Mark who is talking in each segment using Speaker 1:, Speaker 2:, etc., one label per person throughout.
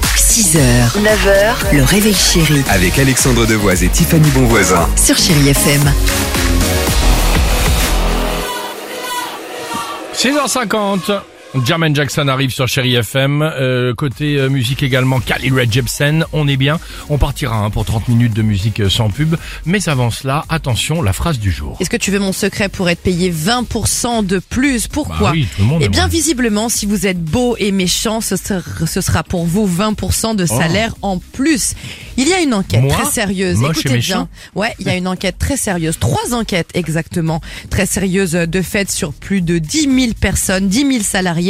Speaker 1: 6h, 9h, le réveil chéri
Speaker 2: Avec Alexandre Devoise et Tiffany Bonvoisin.
Speaker 1: sur Chéri FM.
Speaker 3: 6h50 Jermaine Jackson arrive sur Chéri FM. Euh, côté euh, musique également, Khalil Red Jepsen. On est bien. On partira hein, pour 30 minutes de musique euh, sans pub. Mais avant cela, attention, la phrase du jour.
Speaker 4: Est-ce que tu veux mon secret pour être payé 20% de plus Pourquoi
Speaker 3: Bah oui, tout le monde
Speaker 4: Eh bien,
Speaker 3: aimerait.
Speaker 4: visiblement, si vous êtes beau et méchant, ce ser- ce sera pour vous 20% de salaire en plus. Il y a une enquête
Speaker 3: Oh. Moi
Speaker 4: très sérieuse.
Speaker 3: Moche et
Speaker 4: Écoutez
Speaker 3: méchant
Speaker 4: bien. Hein. Ouais, il y a une enquête très sérieuse. Trois enquêtes exactement. Très sérieuse euh, de fait sur plus de 10 000 personnes, 10 000 salariés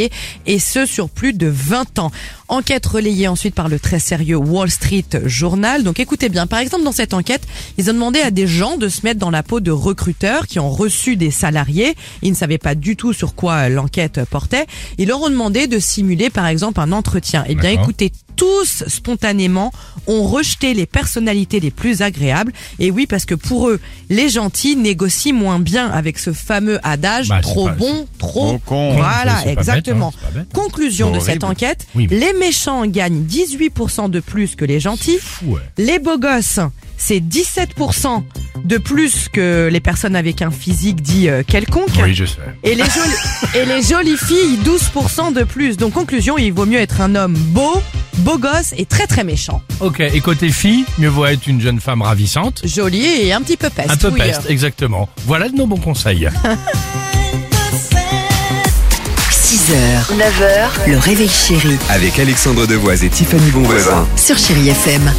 Speaker 4: et ce sur plus de 20 ans. Enquête relayée ensuite par le très sérieux Wall Street Journal. Donc écoutez bien. Par exemple, dans cette enquête, ils ont demandé à des gens de se mettre dans la peau de recruteurs qui ont reçu des salariés. Ils ne savaient pas du tout sur quoi euh, l'enquête portait. Ils leur ont demandé de simuler par exemple un entretien. Eh bien
Speaker 3: D'accord.
Speaker 4: écoutez, et tous spontanément ont rejeté les personnalités les plus agréables. Et oui, parce que pour eux, les gentils négocient moins bien avec ce fameux adage
Speaker 3: Bah, c'est
Speaker 4: trop
Speaker 3: pas-
Speaker 4: bon, trop
Speaker 3: trop con. hein.
Speaker 4: Voilà,
Speaker 3: C'est pas bête,
Speaker 4: exactement.
Speaker 3: hein, c'est pas bête.
Speaker 4: Conclusion de
Speaker 3: Horrible.
Speaker 4: cette enquête
Speaker 3: Oui, mais-
Speaker 4: les méchants gagnent 18% de plus que les gentils.
Speaker 3: Fou, ouais.
Speaker 4: Les beaux gosses, c'est 17% de plus que les personnes avec un physique dit euh, quelconque.
Speaker 3: Oui, je sais.
Speaker 4: Et les, jolies, et les jolies filles, 12% de plus. Donc conclusion, il vaut mieux être un homme beau, beau gosse et très très méchant.
Speaker 3: Ok, et côté fille, mieux vaut être une jeune femme ravissante.
Speaker 4: Joli et un petit peu peste.
Speaker 3: Un peu
Speaker 4: oui.
Speaker 3: peste, exactement. Voilà de nos bons conseils.
Speaker 1: 6h, 9h, le réveil chéri
Speaker 2: Avec Alexandre Devoise et Tiffany Bonvoisin.
Speaker 1: sur Chéri FM.